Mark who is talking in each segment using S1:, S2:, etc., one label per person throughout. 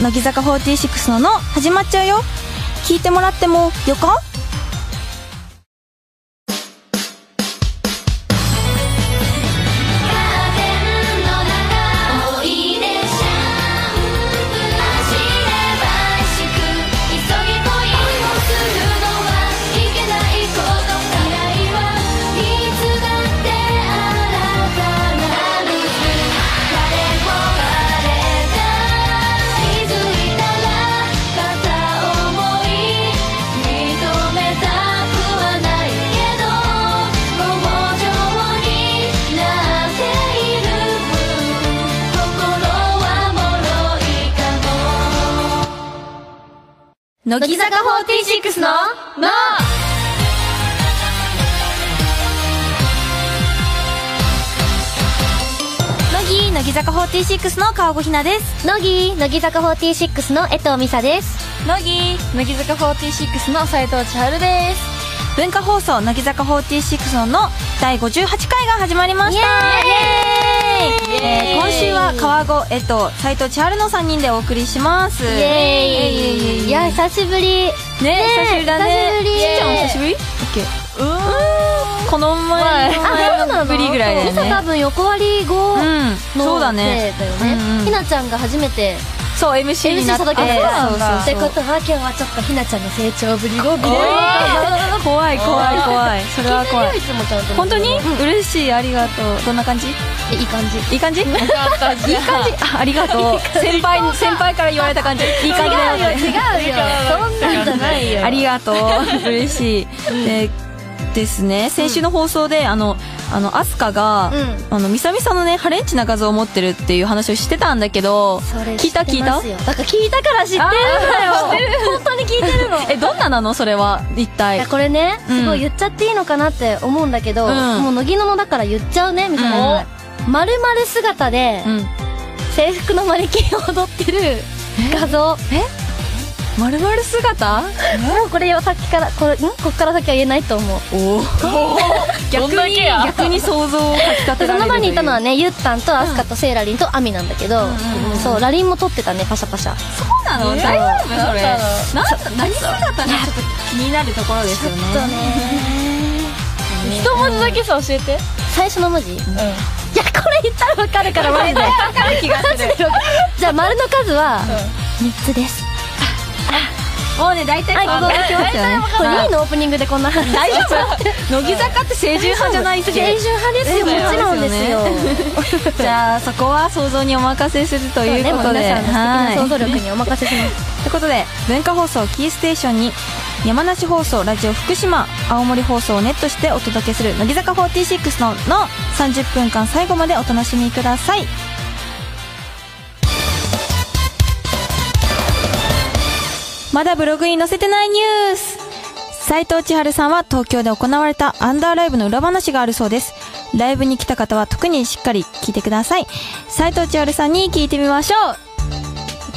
S1: 乃木坂46のの始まっちゃうよ聞いてもらってもよか
S2: 思い出シャンプー走ればしく急ぎ恋をするのはいけないこと未来はいつだって新たなる誰も彼が気づいたら片思い認めたくはないけど強情になっている心は脆いかも
S1: 乃木坂46の
S2: まあ
S1: 乃木乃木坂46の川越ひなです
S2: 乃木乃木坂46の江藤美沙です
S1: 乃木乃木坂46の斉藤千春です文化放送乃木坂46のの第58回が始まりました
S2: イエーイ
S1: えー今週は川越えっと斉藤千春の3人でお送りします
S2: イエーイいや久しぶり
S1: ね
S2: ね
S1: 久しぶりだね
S2: 久しぶり
S1: しんちゃんも久しぶりだっけうーんこの前の前のぶりぐらいだよ
S2: 美沙多
S1: ね
S2: 分横割り後の
S1: うんそうだね
S2: せいだよね
S1: うんうん
S2: ひなちゃんが初めて
S1: そう MC に
S2: MC し
S1: なったて
S2: 時に
S1: そうそう
S2: ってことは今日はちょっとひなちゃんの成長ぶりを見れる
S1: えー怖い怖い怖いそれは怖い
S2: いつもちゃんと
S1: 本当に嬉しいありがとうどんな感じ
S2: いい感じ
S1: いい感じいい感じあありがとう先輩先輩から言われた感 じいい感じだよって
S2: 違うよそんなんじゃないよ
S1: ありがとう嬉しい、でですね先週の放送で、あのあのアスカが、
S2: う
S1: あのミサミサのねハレンチな画像を持ってるっていう話をしてたんだけど
S2: それ
S1: 聞いた聞いた
S2: 知ってますよだから聞いたから知ってるん
S1: あー
S2: だよ本当に聞いてるの
S1: えどんななのそれは一
S2: い
S1: 体
S2: やこれね
S1: うん
S2: すごい言っちゃっていいのかなって思うんだけど、
S1: うん
S2: もう乃木ののだから言っちゃうねみたいな、まるまる姿で
S1: うん
S2: 制服のマネキンを踊ってる画像
S1: まるまる姿
S2: もうこれをさっきからこれんこっから先は言えないと思う
S1: おお逆に逆に想像をかきたて
S2: で
S1: られる
S2: その前にいたのは
S1: ね
S2: ねゆったんとアスカとセイラリンとアミなんだけど、
S1: んうんうん
S2: そうラリンも撮ってたねパシャパシャ
S1: そうなの、
S2: ね
S1: 大丈夫それ
S2: なん
S1: な
S2: だ
S1: ん何姿かねちょっと気になるところですよね
S2: 一文字だけさ教えて最初の文字、いやこれ言ったらわかるからマジで
S1: わかる気がする
S2: じゃあ丸の数は3つです
S1: もうね大体
S2: はいここ
S1: 大体
S2: これ2位のオープニングでこんな話
S1: 大丈夫乃木坂って清純派じゃないっけ
S2: 青春派ですよもちろんですよ
S1: じゃあそこは想像にお任せするという
S2: で
S1: こ
S2: も
S1: と
S2: 皆
S1: で
S2: さんの素敵な想
S1: は
S2: 像力にお任せします
S1: いということで文化放送キーステーションに山梨放送ラジオ福島青森放送をネットしてお届けする乃木坂46の「の30分間最後までお楽しみくださいまだブログに載せてないニュース斉藤千春さんは東京で行われたアンダーライブの裏話があるそうですライブに来た方は特にしっかり聞いてください斉藤千春さんに聞いてみましょ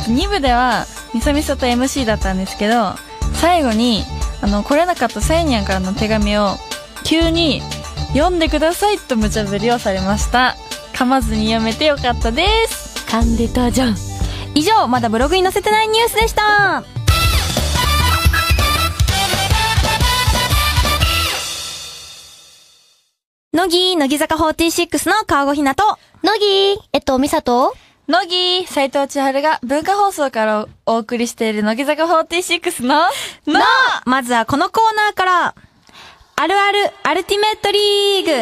S3: 2部ではみそみそと MC だったんですけど最後にあの来れなかったサイニャンからの手紙を急に読んでくださいと無茶ぶりをされました噛まずに読めてよかったです
S2: 噛んでたじゃん
S1: う以上まだブログに載せてないニュースでした乃木乃木坂46の川越ひなと
S2: 乃木えっと美里
S3: 乃木斉藤千春が文化放送からお送りしている乃木坂46の「の」
S1: まずはこのコーナーからあるあるアルティメットリーグえ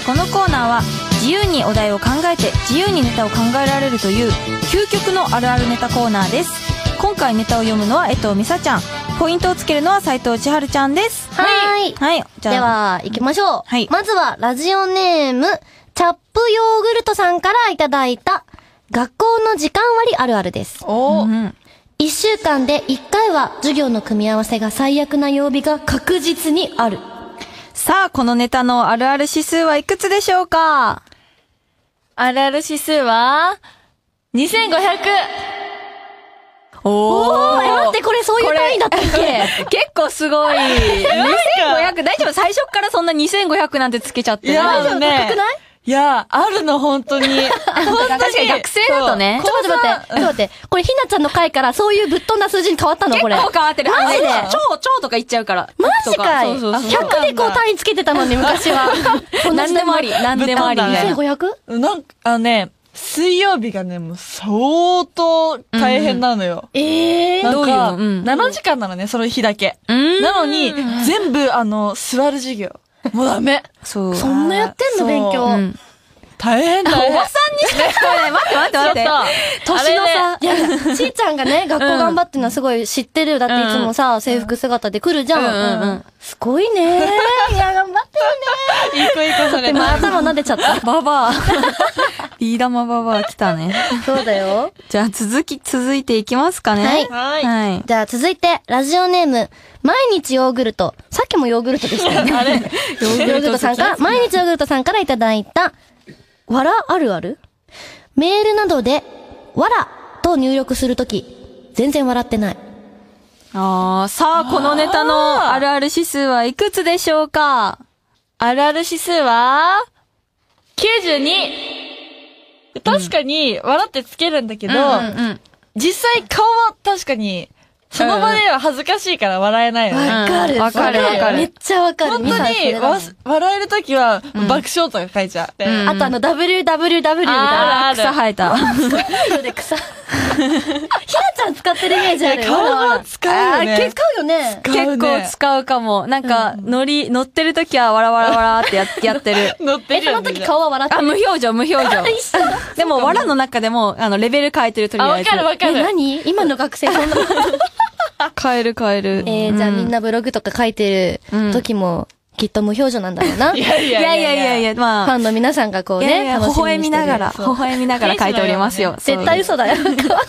S1: ーこのコーナーは自由にお題を考えて自由にネタを考えられるという究極のあるあるネタコーナーです今回ネタを読むのは江藤美沙ちゃんポイントをつけるのは斉藤千春ちゃんです
S2: はい
S1: はいじゃあ
S2: では行きましょう、
S1: はい
S2: まずはラジオネームチャップヨーグルトさんからいただいた学校の時間割あるあるです
S3: お
S1: うん
S2: 一週間で一回は授業の組み合わせが最悪な曜日が確実にある
S1: さあこのネタのあるある指数はいくつでしょうか
S3: あるある指数は2500
S1: お
S2: あれ待ってこれそういう単位 だったっけ
S1: 結構すごい2500大丈夫最初からそんな2500なんてつけちゃって
S3: いや
S1: 大丈夫
S3: ね
S2: 高くない
S3: いやー、あるの、本当に。確
S2: 確かに学生だとね。ち
S3: そ
S2: ょ
S3: う
S2: っと待って、ちょっと待って。これ、ひなちゃんの回からそういうぶっ飛んだ数字に変わったのこれ。
S1: 結構変わってる。
S2: マジで
S1: あの超、超とか言っちゃうから。
S2: マジかい
S3: そうそうそう
S2: !100 でこう単位つけてたのに、昔は。こんな
S1: 何でもあり、何でもありみたいな。
S2: 2500?
S3: なんか、あのね、水曜日がね、もう相当大変なのよ。
S2: ええー。
S3: なん
S1: ど
S3: か、
S1: ういう
S3: 7時間なのね、その日だけ。
S1: うん
S3: なのに、全部、あの、座る授業。もうダメ。
S1: そう。
S2: そんなやってん
S3: そう
S2: の勉強。
S1: うん
S3: 大 変大変。
S1: 待って待って待って。
S3: 年の差。
S2: いやいや、ちーちゃんがね、学校頑張ってるのはすごい知ってるよ。だっていつもさ、制服姿で来るじゃん。
S1: うんうんうん
S2: すごいねいや、頑張って
S3: いい子いい子それ
S2: るね。。まあ、頭撫でちゃった。
S1: ババア。リーダマババア来たね。
S2: そうだよ。
S1: じゃあ続き、続いていきますかね。
S2: はい
S3: はい
S1: はい。
S2: じゃあ続いて、ラジオネーム、毎日ヨーグルト。さっきもヨーグルトでしたよね。ヨーグルトさんから、毎日ヨーグルトさんからいただいた、わらあるあるメールなどで、わらと入力するとき、全然笑ってない。
S1: あー、さあ、このネタのあるある指数はいくつでしょうか
S3: あるある指数は、92! 確かに、笑ってつけるんだけど、
S1: うん。
S3: 実際顔は確かに、その場では恥ずかしいから笑えないよね。
S2: わかる。
S1: わかるわかる
S2: めっちゃわかる。
S3: 本当
S2: みんなそれだ
S3: に
S2: もん
S3: わ笑えるときは爆笑とか書いちゃう。
S1: ん
S2: あとあの、WWW みたいな。
S3: あ
S1: あー、
S3: るあ
S1: 草
S3: る
S1: 生えた。
S2: 太陽で草。ひなちゃん使ってるイメージあるよ。
S3: 顔は使うよね
S2: あー結構よね。
S3: 使うね
S1: 結構使うかも。なんか、乗り、乗ってる時はわらわらわらってややってる。
S3: 乗って
S2: え、
S3: る
S2: そ
S3: よ
S2: の
S3: ね
S2: 時顔は笑って
S1: あ、無表情、無表情。
S2: 一緒だ。
S1: でも、わらの中でも、あの、レベル変えてるとり
S3: あ、
S1: あ
S3: わ
S1: えず。
S3: かるわか
S2: え、
S3: る。
S2: 何今の学生そんな。
S1: 変える変える。
S2: えー、じゃあみんなブログとか書いてる時も、きっと無表情なんだろうな。
S3: い
S2: フ
S3: やい
S1: いや
S3: や
S1: いやいやい
S3: や。
S1: や、まあ。
S2: ァンの皆さんがこう
S1: いやい
S2: ね、
S1: や、微
S2: 楽しみ
S1: 笑
S2: に
S1: み
S2: してる
S1: ながら、微笑みながら書いておりますよ。
S2: 絶対
S1: そう
S2: 嘘だよ。顔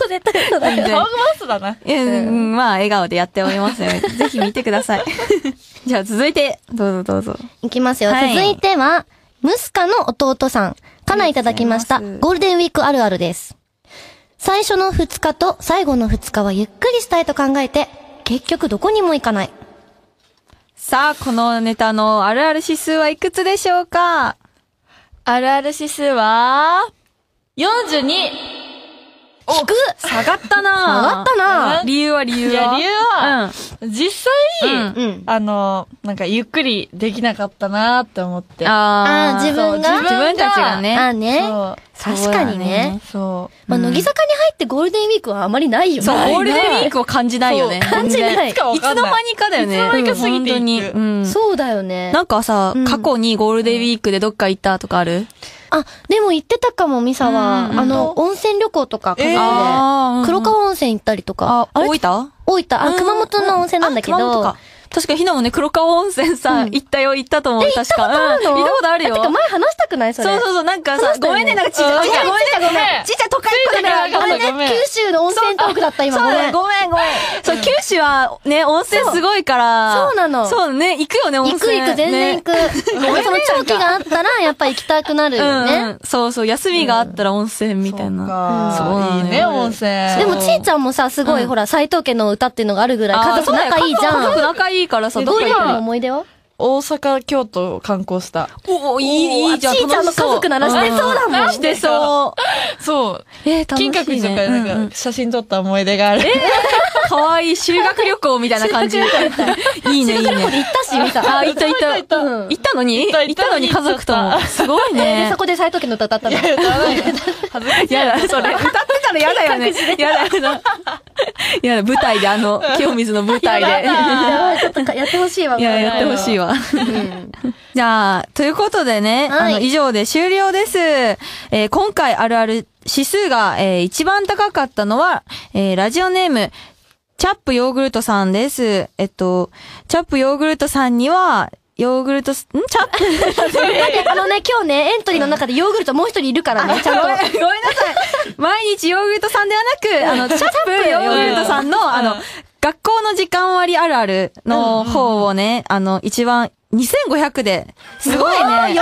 S2: 絶対嘘だ
S3: 顔
S2: よ。
S3: がマスだな。
S1: いや、うんまあ、笑顔でやっておりますよ。ぜひ見てください。じゃあ、続いて、どうぞどうぞ。
S2: いきますよ。
S1: はい
S2: 続いては、ムスカの弟さん。かないただきました。
S1: ありがとうございます
S2: ゴールデンウィークあるあるです。最初の2日と最後の2日はゆっくりしたいと考えて、結局どこにも行かない。
S1: さあ、このネタのあるある指数はいくつでしょうか
S3: あるある指数は、42!
S2: 引く
S1: 下がったな
S2: 上がったな
S1: 理由は理由
S3: いや、
S1: は
S3: 理由は、
S1: うん。
S3: 実際、
S2: うん。
S3: あの、なんかゆっくりできなかったなって思って。
S1: あー
S2: あー自分が
S1: そう自分たちがね。
S2: あーね。
S3: そ
S2: 確かにね。
S3: う。そう。
S2: まあ、乃木坂に入ってゴールデンウィークはあまりないよね。
S1: そう、ゴールデンウィー
S2: ク。
S1: クを感じないよね。
S2: そう感じない
S1: 全然
S2: いつ
S3: かわかんない
S1: いつの間にかだよね。
S3: いつの間にか過ぎてい
S1: うん本
S3: く
S1: 当に。うん。
S2: そうだよね。
S1: なんかさ、
S2: うん
S1: 過去にゴールデンウィークでどっか行ったとかある
S2: あ、でも行ってたかも、ミサは。
S1: うん
S2: あの、温泉旅行とか、家族で
S3: えー
S1: あー
S2: 黒川温泉行ったりとか。
S1: あ、
S2: あれ
S1: 大分
S2: 大分。あ、熊本の温泉なんだけど。
S1: あ熊本か確かひなもね、黒川温泉さ、行ったよ、行ったと思う。確か。うん行ったことある
S2: てか
S1: よ。
S2: 前話したくないそ
S1: そ
S2: れ。
S1: うそうそう、なんか
S2: 話
S1: さ、
S2: したよ
S1: ご
S2: ね
S1: めんね、なんかちっち
S3: うん
S1: ゃい。
S3: ごめん
S1: ごめんね、ごめ
S3: ごめ
S1: ん。
S3: ん
S1: ちっちゃい都会っ子
S3: ついてなかった
S2: あれ
S3: ごめ
S2: ね
S3: ん、
S2: 九州の温泉トークだった今、
S1: そう
S2: ご
S1: だ
S2: め
S1: よ
S2: ん。
S1: ごめん、ごめん。そう、九州はね、温泉すごいから。
S2: そうそうなの
S1: そうね、行くよね、温
S2: 行く
S1: 泉。
S2: 行く、全然行
S1: ね
S2: く。その長期があったら、やっぱ行きたくなるよ
S1: うんう
S2: ね。
S1: ん。そうそう、休みがあったら温泉みたいな。そう
S3: か
S1: なのよ
S3: いいね、温泉。
S2: でも、ちーちゃんもさ、すごい、
S1: うん
S2: ほら、斎藤家の歌っていうのがあるぐらい、
S1: あ
S2: 家
S1: ーそ
S2: 族
S1: うだよ
S2: 仲いいじゃ
S1: 家族
S2: ん。
S1: 仲いいからさ、
S2: え
S1: ど
S2: ど
S1: っ
S2: う
S1: か
S2: いう
S1: 行く
S2: の
S1: よ。
S2: 思い出は
S3: 大阪、京都を観光した。
S1: おお、いい、いいじゃん。
S2: ちーちゃんの家族ならしてそうだもん
S1: ん。してそう。
S3: そう。
S1: えー、楽しい、
S3: 金
S1: ね。
S3: 閣寺とか、
S1: うんう
S3: なん
S1: ん
S3: か、写真撮った思い出がある。
S1: かわいい修学旅行みたいな感 じ。いいね、いいね。
S2: 行ったし、みたい
S1: あ、
S2: な。
S1: 行った行った。行った
S2: うん
S1: のに
S3: た
S1: 行ったのに
S3: 行
S1: 家
S3: った
S1: 族とも。すごい
S2: で、
S1: ね
S2: そ。こで斎藤家の歌歌ったの。
S3: 歌わないよ恥ずかしい。
S1: やだ、それ。歌ってたらやだよね。やだ、やだ。やだ、舞台で、あの、清水の舞台で。
S2: やばいちょっとかやってほしいわ、
S1: いや、やってほ
S2: い。
S1: しいわ。
S2: うん
S1: じゃあ、ということでね、
S2: は
S1: あ
S2: い
S1: の、以上で終了です。えー今回あるある指数が、えー一番高かったのは、えーラジオネーム、チャップヨーグルトさんです。えっと、チャップヨーグルトさんには、ヨーグルトす、んチャップ
S2: だって、あのね、今日ね、エントリーの中でヨーグルトもう一人いるからね、ちゃん と。
S1: ごめんなさい。毎日ヨーグルトさんではなく、あの、チャップヨーグルトさんの、あの、学校の時間割あるあるの方をね、あの、一番、2500で、すごいね。
S2: 4桁。そう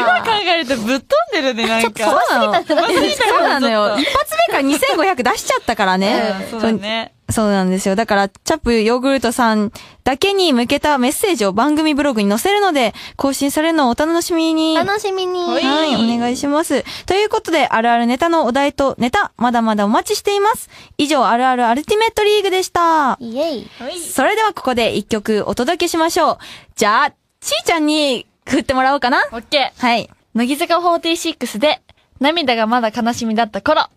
S3: 今考えるとぶっ飛んでる ね、なん
S1: そう
S3: か。
S1: なの
S2: 飛ばしすぎたんじゃない
S1: そうなのよ。一発目から2500出しちゃったからね。
S3: うんそうだね。
S1: そうなんですよ。だから、チャップヨーグルトさんだけに向けたメッセージを番組ブログに載せるので、更新されるのをお楽しみに。
S2: 楽しみに。
S3: はい
S1: はい、お願いします。ということで、あるあるネタのお題とネタ、まだまだお待ちしています。以上、あるあるアルティメットリーグでした。
S2: イエイ。
S1: それではここで一曲お届けしましょう。じゃあ、ちーちゃんに振ってもらおうかな。
S3: オッケー。
S1: はい。
S3: 乃木坂46で、涙がまだ悲しみだった頃。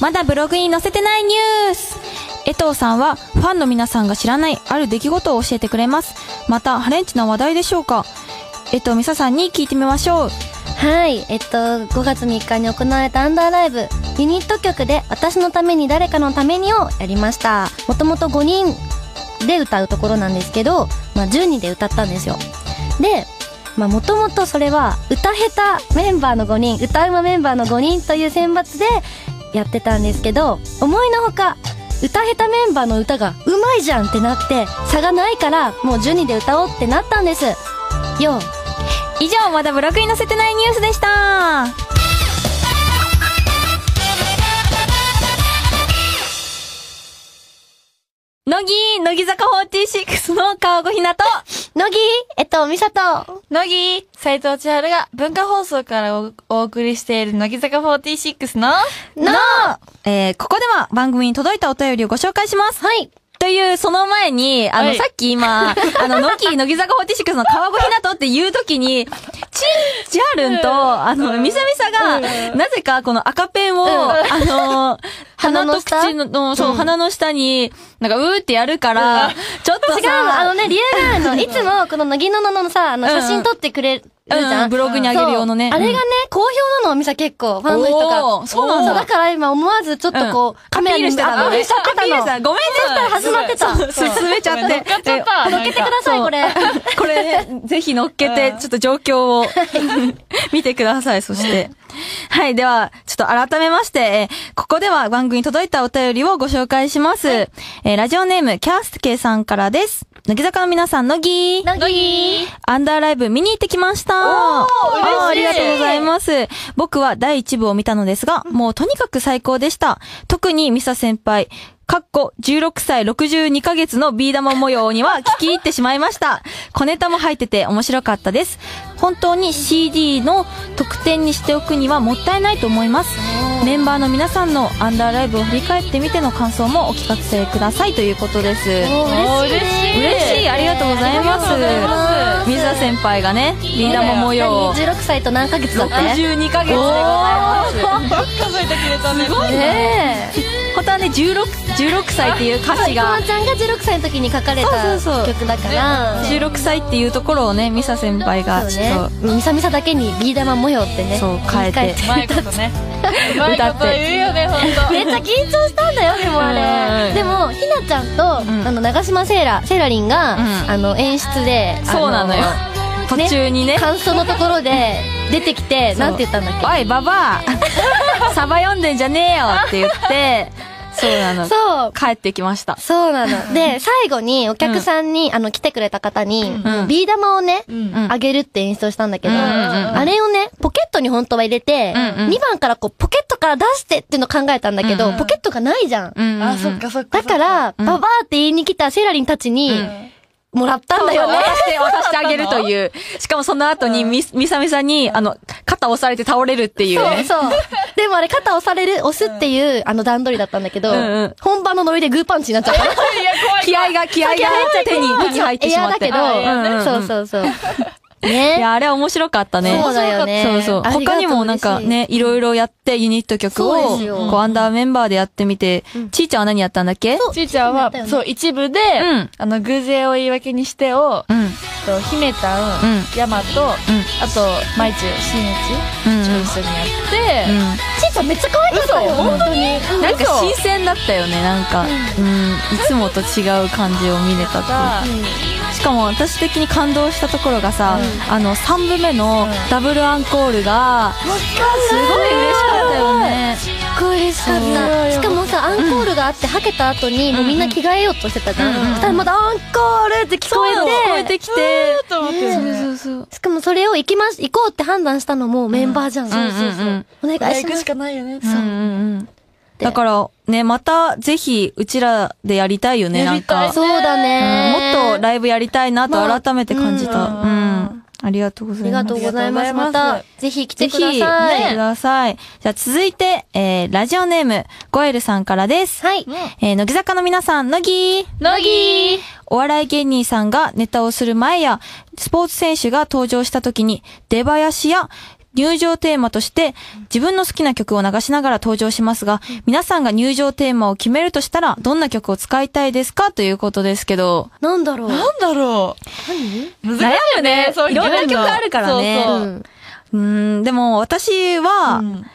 S4: まだブログに載せてないニュース江藤さんはファンの皆さんが知らないある出来事を教えてくれます。また、ハレンチな話題でしょうか江藤美沙さんに聞いてみましょう。
S2: はい、えっと、5月3日に行われたアンダーライブ、ユニット曲で、私のために誰かのためにをやりました。もともと5人で歌うところなんですけど、まあ10人で歌ったんですよ。で、まあもともとそれは、歌下手メンバーの5人、歌うまメンバーの5人という選抜でやってたんですけど、思いのほか、歌下手メンバーの歌がうまいじゃんってなって、差がないから、もう10人で歌おうってなったんです。よう。
S4: 以上、まだブログに載せてないニュースでした。乃木、乃木坂46の川越ひなと、
S2: 乃木、えっと、美里。
S3: 乃木、斎藤千春が文化放送からおお送りしている乃木坂46の、
S2: のは
S1: えー、ここでは番組に届いたお便りをご紹介します。
S2: い。
S1: という、その前に、あの、
S3: はい
S1: さっき 今、あの、乃木、乃木坂46の川越ひなとっていう時に、チン、ジャルンと、あの、みさみさが、なぜかこの赤ペンを、あの、
S2: 鼻
S1: 鼻
S2: の
S1: と
S2: 下
S1: 口の、そう、鼻の下に、なんか、うーってやるから、ちょっとさ、
S2: 違うの、あのね、理由があるの。いつも、この乃木ののののさ、あの、
S1: うん
S2: 写真撮ってくれるじ
S1: うん
S2: ゃ。
S1: うんんブログに上げる用のね
S2: そうあれ
S1: うん
S2: がね、好評なの、みさ結構、ファンの人
S1: お
S2: が。
S1: ーそうなんだ
S2: だから今思わず、ちょっとこう、カメラに
S1: アピールしてたの
S2: アピールしちゃって
S1: アピールした
S2: の。
S1: ごめんね。
S2: 始まってた。そう
S1: そう進めちゃって。
S3: 乗っかっちゃった。
S2: 乗っけてください、これ。
S1: これね、ぜひ乗っけて、ちょっと状況を 見てください、そして。はい、では、ちょっと改めまして、えーここでは番組に届いたお便りをご紹介します。えーラジオネーム、キャースケさんからです。乃木坂の皆さん、乃木
S2: 乃木。
S1: アンダーライブ見に行ってきましたお
S3: 嬉しい
S1: ありがとうございます。僕は第1部を見たのですが、もうとにかく最高でした。特にミサ先輩、かっこ16歳62ヶ月のビー玉模様には聞き入ってしまいました。小ネタも入ってて面白かったです。本当に CD の特典にしておくにはもったいないと思います。メンバーの皆さんのアンダーライブを振り返ってみての感想もお聞かせくださいということです。
S3: お嬉しい。
S1: 嬉しい、ありがとうございま。
S3: ありがとうございます
S1: 水田先輩がね、ビー玉模様を。
S2: 16歳と何ヶ月だって
S1: 62ヶ月でございま
S3: 数えてくれたね。すごい
S1: す。ねえ。本当はね、16、16歳っていう歌詞
S2: くま
S1: が、
S2: ちゃんが16歳の時に書かれた
S1: そうそうそう
S2: 曲だから。
S1: 16歳っていうところをね、ミサ先輩が
S2: そう
S1: ちょっ
S2: ね。ミサミサだけにビー玉模様ってね。
S1: そう変えて
S2: 言い換
S3: うまいことね。うまいこと言うよね、ほんと。
S2: めっちゃ緊張したんだよでもあ
S1: う
S2: れ
S1: ん
S2: でもひなちゃんと、
S1: ん
S2: あの長嶋セイラセイラリンが、
S1: ん
S2: あの演出で
S1: と、 そうなのよ。途中にね、
S2: 感想のところで出てきて
S1: そう
S2: なんて言ったんだっけ
S1: おい、バ バアサバ読んでんじゃねえよって言って、そうなの。
S2: そう
S1: 帰ってきました。
S2: そうなの。で、最後にお客さんに、あの、来てくれた方に、
S1: ん
S2: ビー玉をね、
S1: ん
S2: あげるって演出をしたんだけど、
S1: うんうんうん
S2: あれをね、ポケットに本当は入れて、
S1: うんうん
S2: 2番からこう、ポケットから出してっていうのを考えたんだけど、ポケットがないじゃん。
S1: うんうんうん。
S3: あ、そっかそっか。
S2: だから、ババーって言いに来たセイラリンたちに、もらったんだよね。
S1: 渡して、渡してあげるという。しかもその後に、み、みさみさんに、あの、肩押されて倒れるっていうね。
S2: そうそう。でもあれ肩押される、押すっていう、あの段取りだったんだけど、
S1: んうん
S2: 本番のノリでグーパンチになっちゃった。
S3: いや、怖い。
S1: 気合が、気合が手に、手に入ってしまって。
S2: エア
S1: うんうんうん
S2: だけど、そうそうそう。
S1: い
S2: ね。
S1: や、あれは面白かったね。
S2: そうだよね。
S1: そうそう。
S2: ありが
S1: 他
S2: と
S1: にもなんかね、いろいろやってユニット曲
S2: そ
S1: を、
S2: うですよ
S1: こうアンダーメンバーでやってみて、ちーちゃんは何やったんだっけ
S3: ちーちゃんは、そう、一部で、
S1: ん
S3: あの、偶然を言い訳にしてを、
S1: うん。
S3: えっと、姫た
S1: うん
S3: ん、ヤマト、あと、まいちゅう、しんい
S1: うん
S3: ちと一緒にやって、
S2: 嬉しいちーちゃんめっちゃ可愛かったよ。本当に。
S1: なんか新鮮だったよね、なんか。うん。いつもと違う感じを見れたっていう
S3: が、
S1: しかも私的に感動したところがさ、あの3部目のダブルアンコールがすごい嬉しかったよね。
S2: すっごい嬉しかった。しかもさ、アンコールがあってはけた後にもうみんな着替えようとしてたじゃん、そしたらまだ「アンコール!」って聞こえて
S1: 聞こえてきて。
S3: と思ってるね
S1: そうそう。
S2: しかもそれを行きます行こうって判断したのもメンバーじゃん、そうそうそう、お願いし
S3: 行
S2: ま
S3: く
S2: す
S3: しかないよね。
S1: うんうんうん。だから、ね、また、ぜひ、うちらでやりたいよね、
S3: や
S1: なん
S3: りたい
S1: か。
S2: そうだね、
S1: もっとライブやりたいなと
S2: まあ
S1: 改めて感じた。
S2: うん
S1: うん。ありがとうご
S2: あ
S1: ざ
S2: り
S1: います
S2: がと。うございます。
S3: ありがと
S2: ま
S3: うございます
S2: た、ぜひ来て
S1: ぜ
S2: く
S1: ひ、
S2: ださい。
S1: 来てください。じゃあ続いて、えー、ラジオネーム、ゴエルさんからです。
S2: はい。
S1: えー、乃木坂の皆さん、乃木
S3: 乃木
S1: お笑い芸人さんがネタをする前や、スポーツ選手が登場した時に、出囃子や入場テーマとして、自分の好きな曲を流しながら登場しますが、皆さんが入場テーマを決めるとしたら、どんな曲を使いたいですかということですけど、
S2: なんだろう。
S3: なんだろう何難しいよね。そう
S1: いろんな曲あるからね
S3: そう
S2: う。
S3: そうん
S1: うーん、でも私は、
S3: うん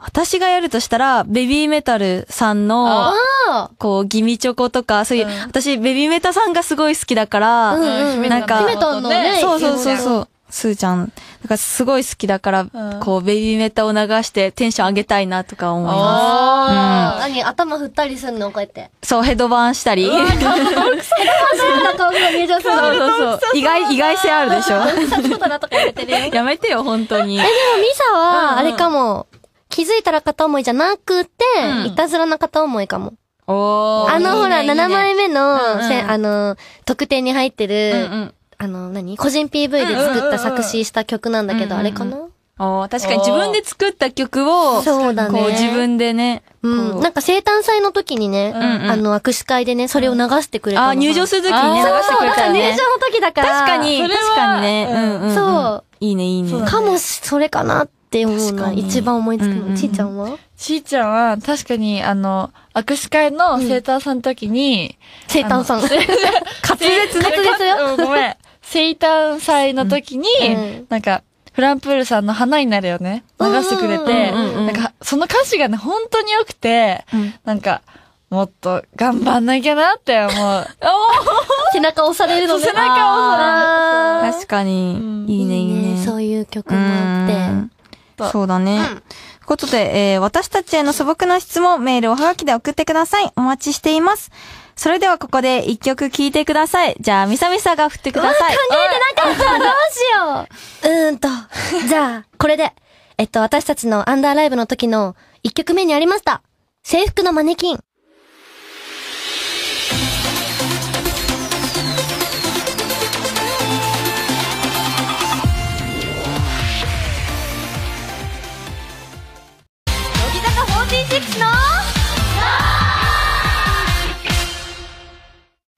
S1: 私がやるとしたら、ベビーメタルさんの
S3: あ、
S2: あ
S1: こう、ギミチョコとか、そういう、
S3: うん
S1: 私、ベビーメタさんがすごい好きだから、
S2: うんうんうん
S1: なんか
S2: 姫とんのね
S1: そうそうそう
S2: う。
S1: そう。すーちゃん、だからすごい好きだから、
S3: うん
S1: こう、ベビーメタを流してテンション上げたいなとか思いま
S2: あ
S3: あ
S2: 何頭振ったりすんのこうやって。
S1: す。そう、ヘッドバンしたり。そう
S2: あ、 そうだ、顔が見えちゃう。そうだ、
S1: そうそう。意外、意外性ある でしょ
S2: そうだなとか言ってるよ。でも、ミ
S1: やめてよ、本当に。
S2: サは、あれかも。気づいたら片思いじゃなくて、いたずらな片思いかも。
S1: おー。
S2: あの、
S1: いい
S2: ほら、
S1: ねいいね
S2: 7枚目の、
S1: うん
S2: せあの、特典に入って
S1: うんう
S2: る、
S1: ん。
S2: あの、何個人 PV で作った作詞した曲なんだけど、
S1: うん
S2: あ
S1: うんうん
S2: れかな
S1: おー確かに自分で作った曲を、こ
S2: そうだね。
S1: う、自分でね。
S2: うん。なんか生誕祭の時にね、
S1: んうん
S2: あの、握手会でね、それを流してくれたの
S1: あ、入場するときにね、流
S2: そう
S1: してくれたよね
S2: そう。入場の時だから。
S1: 確かに、
S3: それは
S1: 確かにね。うんうん。
S2: そう。
S1: いいね、いいね。
S3: そうだね
S2: かもし、それかなって思う
S1: 確
S2: な。
S1: かに
S2: 一番思いつく
S1: うんうんう
S2: の。
S1: ん
S2: ちーちゃんは
S3: しーちゃんは、確かに、あの、握手会の生誕さんの時に、
S2: 生誕さん。
S3: 滑
S2: ね滑舌よ。
S3: うんごめん。生誕祭の時に
S2: うん、
S3: なんか、フランプールさんの花になるよね。流してくれて、
S1: うんうんうん
S3: なんか、その歌詞がね、本当に良くて、
S1: うん
S3: なんか、もっと頑張んなきゃなって思う。
S2: 背中押されるのね。
S3: 背中をさ、
S2: あー
S1: 確かに
S3: うん、
S1: いいね、いいね。
S2: そういう曲もあって。
S1: うんそうだね。ということで、えー私たちへの素朴な質問、メールをはがきで送ってください。お待ちしています。それではここで一曲聴いてください。じゃあ、みさみさが振ってください。
S2: どうしよう。うーんと。じゃあ、これで。えっと、私たちのアンダーライブの時の一曲目にありました。制服のマネキン。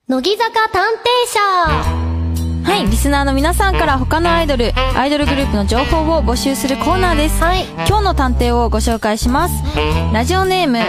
S2: 乃木坂探偵社
S1: はい、リスナーの皆さんから他のアイドル、アイドルグループの情報を募集するコーナーです。
S2: はい。
S1: 今日の探偵をご紹介します。ラジオネーム、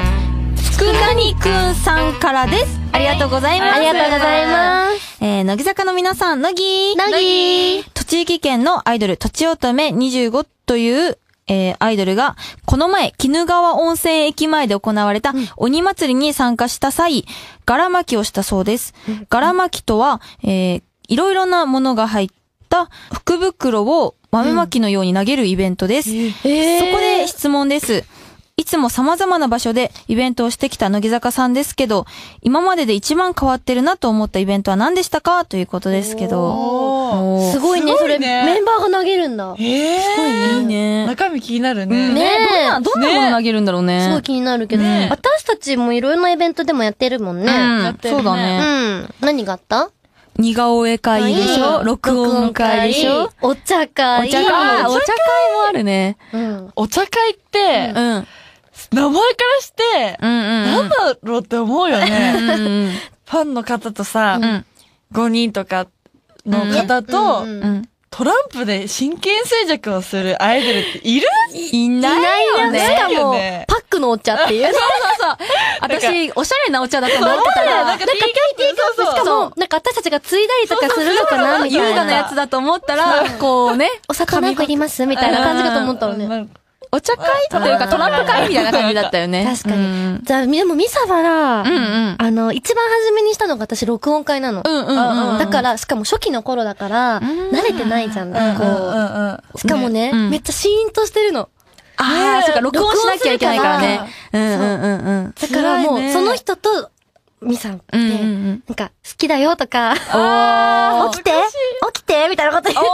S1: つくなにくんさんからです。ありがとうございます。
S2: ありがとうございます。
S1: す。えー、乃木坂の皆さん、乃木
S2: 乃木
S1: 栃木県のアイドル、とちおとめ25という、えーアイドルが、この前、鬼怒川温泉駅前で行われた鬼祭りに参加した際、ガラ巻きをしたそうです。ガラ巻きとは、えーいろいろなものが入った福袋を豆巻きのように投げるイベントです。そこで質問です。いつも様々な場所でイベントをしてきた乃木坂さんですけど、今までで一番変わってるなと思ったイベントは何でしたかということですけど。
S3: お
S1: おー
S2: すごいね、
S3: す
S2: そ
S3: ごい
S2: れ、
S3: ね
S2: メンバーが投げるんだ。
S3: えー、
S1: いいね。
S3: 中身気になる
S1: ね
S3: ね。
S2: ねえ
S1: どんな、どんなもの投げるんだろうね。
S2: すごい気になるけど、
S3: ね
S2: 私たちもいろいろなイベントでもやってるもん
S1: う
S2: ね。
S1: ん
S3: やってる
S1: そう
S3: ね
S1: だ
S2: う
S1: ね。
S2: ん。何があった
S1: 似顔絵会でしょ録音会でしょ
S2: お
S1: お
S2: 茶会。
S1: 茶会
S2: あ
S1: お茶会もあるね。
S2: うん。
S3: お茶会って
S1: う、ん。うん
S3: 名前からして、
S1: うん
S3: なんだろうって思うよ
S1: う
S3: ね。
S1: ん。うん
S3: ファンの方とさ、
S1: うん。
S3: 5人とかの方と、
S2: うん
S1: うん。
S3: トランプで真剣衰弱をするアイドルっている
S1: いないよね。
S2: しか
S3: いいよ
S2: も
S3: ね、
S2: パックのお茶ってい う。なんか
S1: 私、おしゃれなお茶だと思ってたら、
S3: ティーカップ、そう
S2: しか
S3: そう。
S2: も、なんか私たちが継いだりとかするのかなみたいな。
S1: 優雅なやつだと思ったら、こうね、
S2: お砂糖何個いりますみたいな感じかと思ったのね。
S1: お茶会というかトランプ会みたいな感じだったよね。
S2: 確か
S1: う
S2: に
S1: ん。
S2: じゃあ、でもミサバら、
S1: うんうん
S2: あの、一番初めにしたのが私、録音会なの。
S1: うんうんうん。
S2: だから、しかも初期の頃だから、慣れてないじゃん。こう、
S3: うんうんうん。
S2: しかもね、
S1: ねうん
S2: めっちゃシーンとしてるの。
S1: ああ、そっか、録音しなきゃいけないからね。うん
S2: ら
S1: うんうんうん。
S2: だからも、
S1: 辛いうね
S2: その人と、ミさんっ
S1: う
S2: て、
S1: んうんう
S2: なん
S1: ん。
S2: か、好きだよと か、
S1: おー
S2: 起きて起きてみたいなこと言って。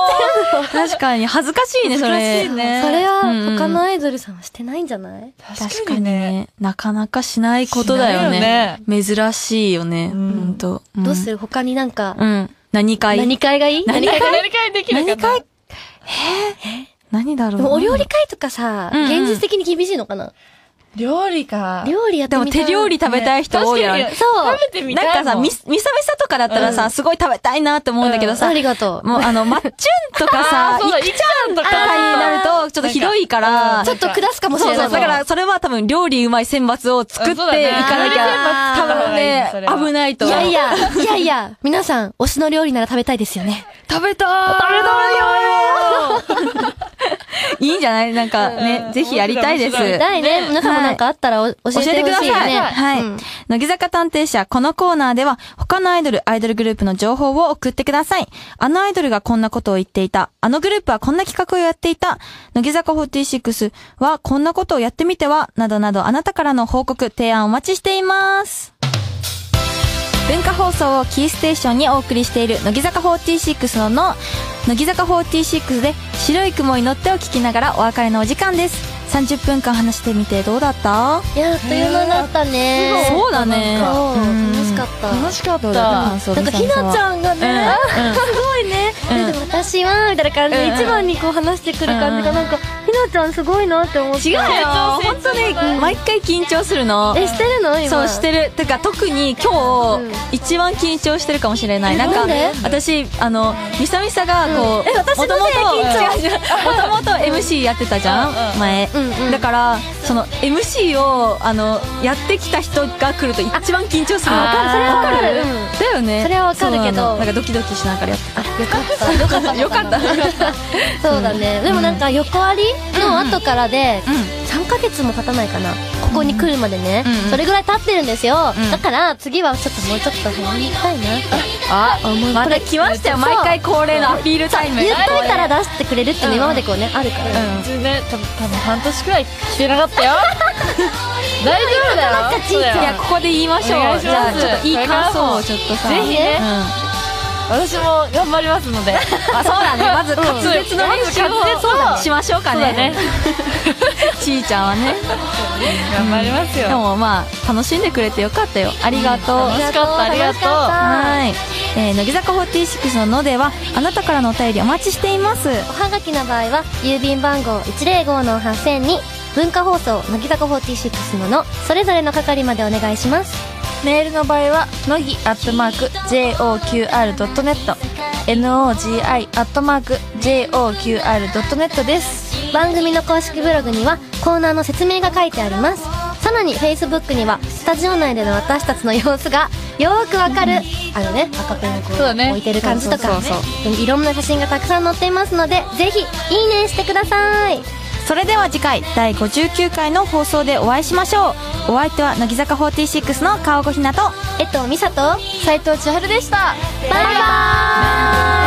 S1: おー確かに、恥ずかしいね、それ。
S3: 難しいね。
S2: それ
S1: うんう
S2: は
S1: ん
S2: 他のアイドルさんはしてないんじゃない
S1: 確かに。ね。なかなかしないことだよ
S3: しな
S1: ね。珍しいよね。
S3: うん
S1: ほんと。
S2: どうす
S1: る
S2: る他になんか、
S1: うん。何会
S2: 何会がいい
S1: 何
S2: 何会がいい
S3: やり替えできなか
S1: 何
S3: った
S1: 会え何だろ
S2: で
S1: う
S2: も
S1: な。
S2: お料理会とかさ、
S1: うんうん
S2: 現実的に厳しいのかな
S3: 料理か。
S2: 料理やっ
S1: で
S2: て
S1: も
S2: みたい。
S1: 手料理食べたい人多いよ
S3: 確か
S1: ね
S3: に。
S2: そう
S3: 食べてみたい
S1: なん
S3: も
S1: かさ、み、みさみさとかだったら
S3: う
S1: さ、
S3: ん
S1: すごい食べたいなって思うんだけどさ
S2: あ、りがとう。
S1: もうあの、まっちゅんとか
S3: あ
S1: さ
S3: ー、そうだ、いきちゃんとか。
S1: とかになると、ちょっとひどいから、
S2: ちょっと下すかもし
S1: そう
S2: れ
S1: そ
S2: な
S1: う。だ
S2: い。
S1: から、それは多分、料理うまい選抜を作ってい
S3: そうだね
S1: かなきゃ、
S3: 料理選抜作っ
S1: 多
S3: た方
S1: 分
S3: がいいそ
S1: ね
S3: れ、は
S1: 危ないと。
S2: いやいや、いやいや、皆さん、推しの料理なら食べたいですよね。
S1: 食べたい食べた いよいいんじゃないなんかね、ぜひやりたいです。
S3: 面白い面白い
S2: だいね。皆さんもなんかあったらお教
S1: 教
S2: えてほしい
S1: えてください。
S2: ね。
S1: はい。
S2: うん
S1: 乃木坂探偵社、このコーナーでは、他のアイドル、アイドルグループの情報を送ってください。あのアイドルがこんなことを言っていた。あのグループはこんな企画をやっていた。乃木坂46はこんなことをやってみては、などなどあなたからの報告、提案お待ちしています。文化放送をキーステーションにお送りしている乃木坂46のの乃木坂46で白い雲に乗ってを聞きながらお別れのお時間です30分間話してみてどうだった
S2: いや、あっという間だったね。
S1: そうだね
S2: そう
S1: うん
S2: 楽しかった。
S3: 楽しかっ
S1: どう
S3: た。
S1: 感想
S2: なんかひなちゃんがね、すごいね。
S1: うん
S2: でも私は、みたいな感じ
S1: う
S2: で、
S1: んうん
S2: 一番にこう話してくる感じが、
S1: うん
S2: なんか、ひなちゃんすごいなって思って。
S1: 違うよ本当ね毎回緊張するの
S2: え、してるの今。
S1: そうしてるてか特に今
S2: うん
S1: 日一番緊張してるかもしれないなんか
S2: なんで
S1: 私あのみさみさがこう
S2: え私のせい
S1: せい緊張もともと MC やってたじゃ
S3: うんうん
S1: ん前
S2: うんうん
S1: だからその MC をあのやってきた人が来ると一番緊張するの
S3: あわかるそれはわかる
S2: うん
S1: だよね
S2: それはわかる
S1: そ
S2: けど
S1: うなのなんかドキドキしながらやって
S2: あ、よかった。よかった。
S1: よかった
S2: そうだね。でもなんか、横ありの後からで、3ヶ月も経たないかな。ここに来るまでね
S1: うんうん。
S2: それぐらい経ってるんですよ
S1: ん。
S2: だから、次はちょっともうちょっと踏みたいなって。
S1: あまた来ましたよ
S2: そう
S1: 毎回恒例のアピールタイム
S2: 言っといたら出してくれるっていうの今までこうね、あるから。
S3: うん。全然、たぶん半年くらい聞けなかった よ。大丈夫だよ。そうだよ
S1: いやここで言いましょう
S3: お願いし
S1: じ
S3: ま
S1: ゃあ
S3: す
S1: ちょっといい感想をちょっとさ
S3: ぜひね
S1: うん
S3: 私も頑張りますの で。
S1: あそうだねまず滑舌の練習
S3: うんまず滑舌をそうだ
S1: を
S3: ね
S1: しましょうか
S3: そうだね
S1: ねちーちゃんは ね
S3: 頑張ります
S1: で
S3: よ。
S1: もまあ楽しんでくれてよかったよありがとう
S3: 楽しかった、ありがとう。
S1: はい、えー、乃木坂46の「の」ではあなたからのお便りお待ちしています
S2: おはがきの場合は郵便番号105-8000に文化放送乃木坂46ののそれぞれの係までお願いします
S3: メールの場合は、のぎアットマーク、joqr.net、nogi アットマーク、joqr.net です。
S2: 番組の公式ブログにはコーナーの説明が書いてありますさらに Facebook にはスタジオ内での私たちの様子がよーくわかるあのね赤ペンをこ
S3: そうだ
S2: う
S3: ね
S2: 置いてる感じとか
S3: そうそう
S2: いろんな写真がたくさん載っていますのでぜひいいねしてください
S1: それでは次回第59回の放送でお会いしましょうお相手は乃木坂46の川越ひなと
S2: えっとみさと
S3: 斉藤千春でした。
S2: バイバーイ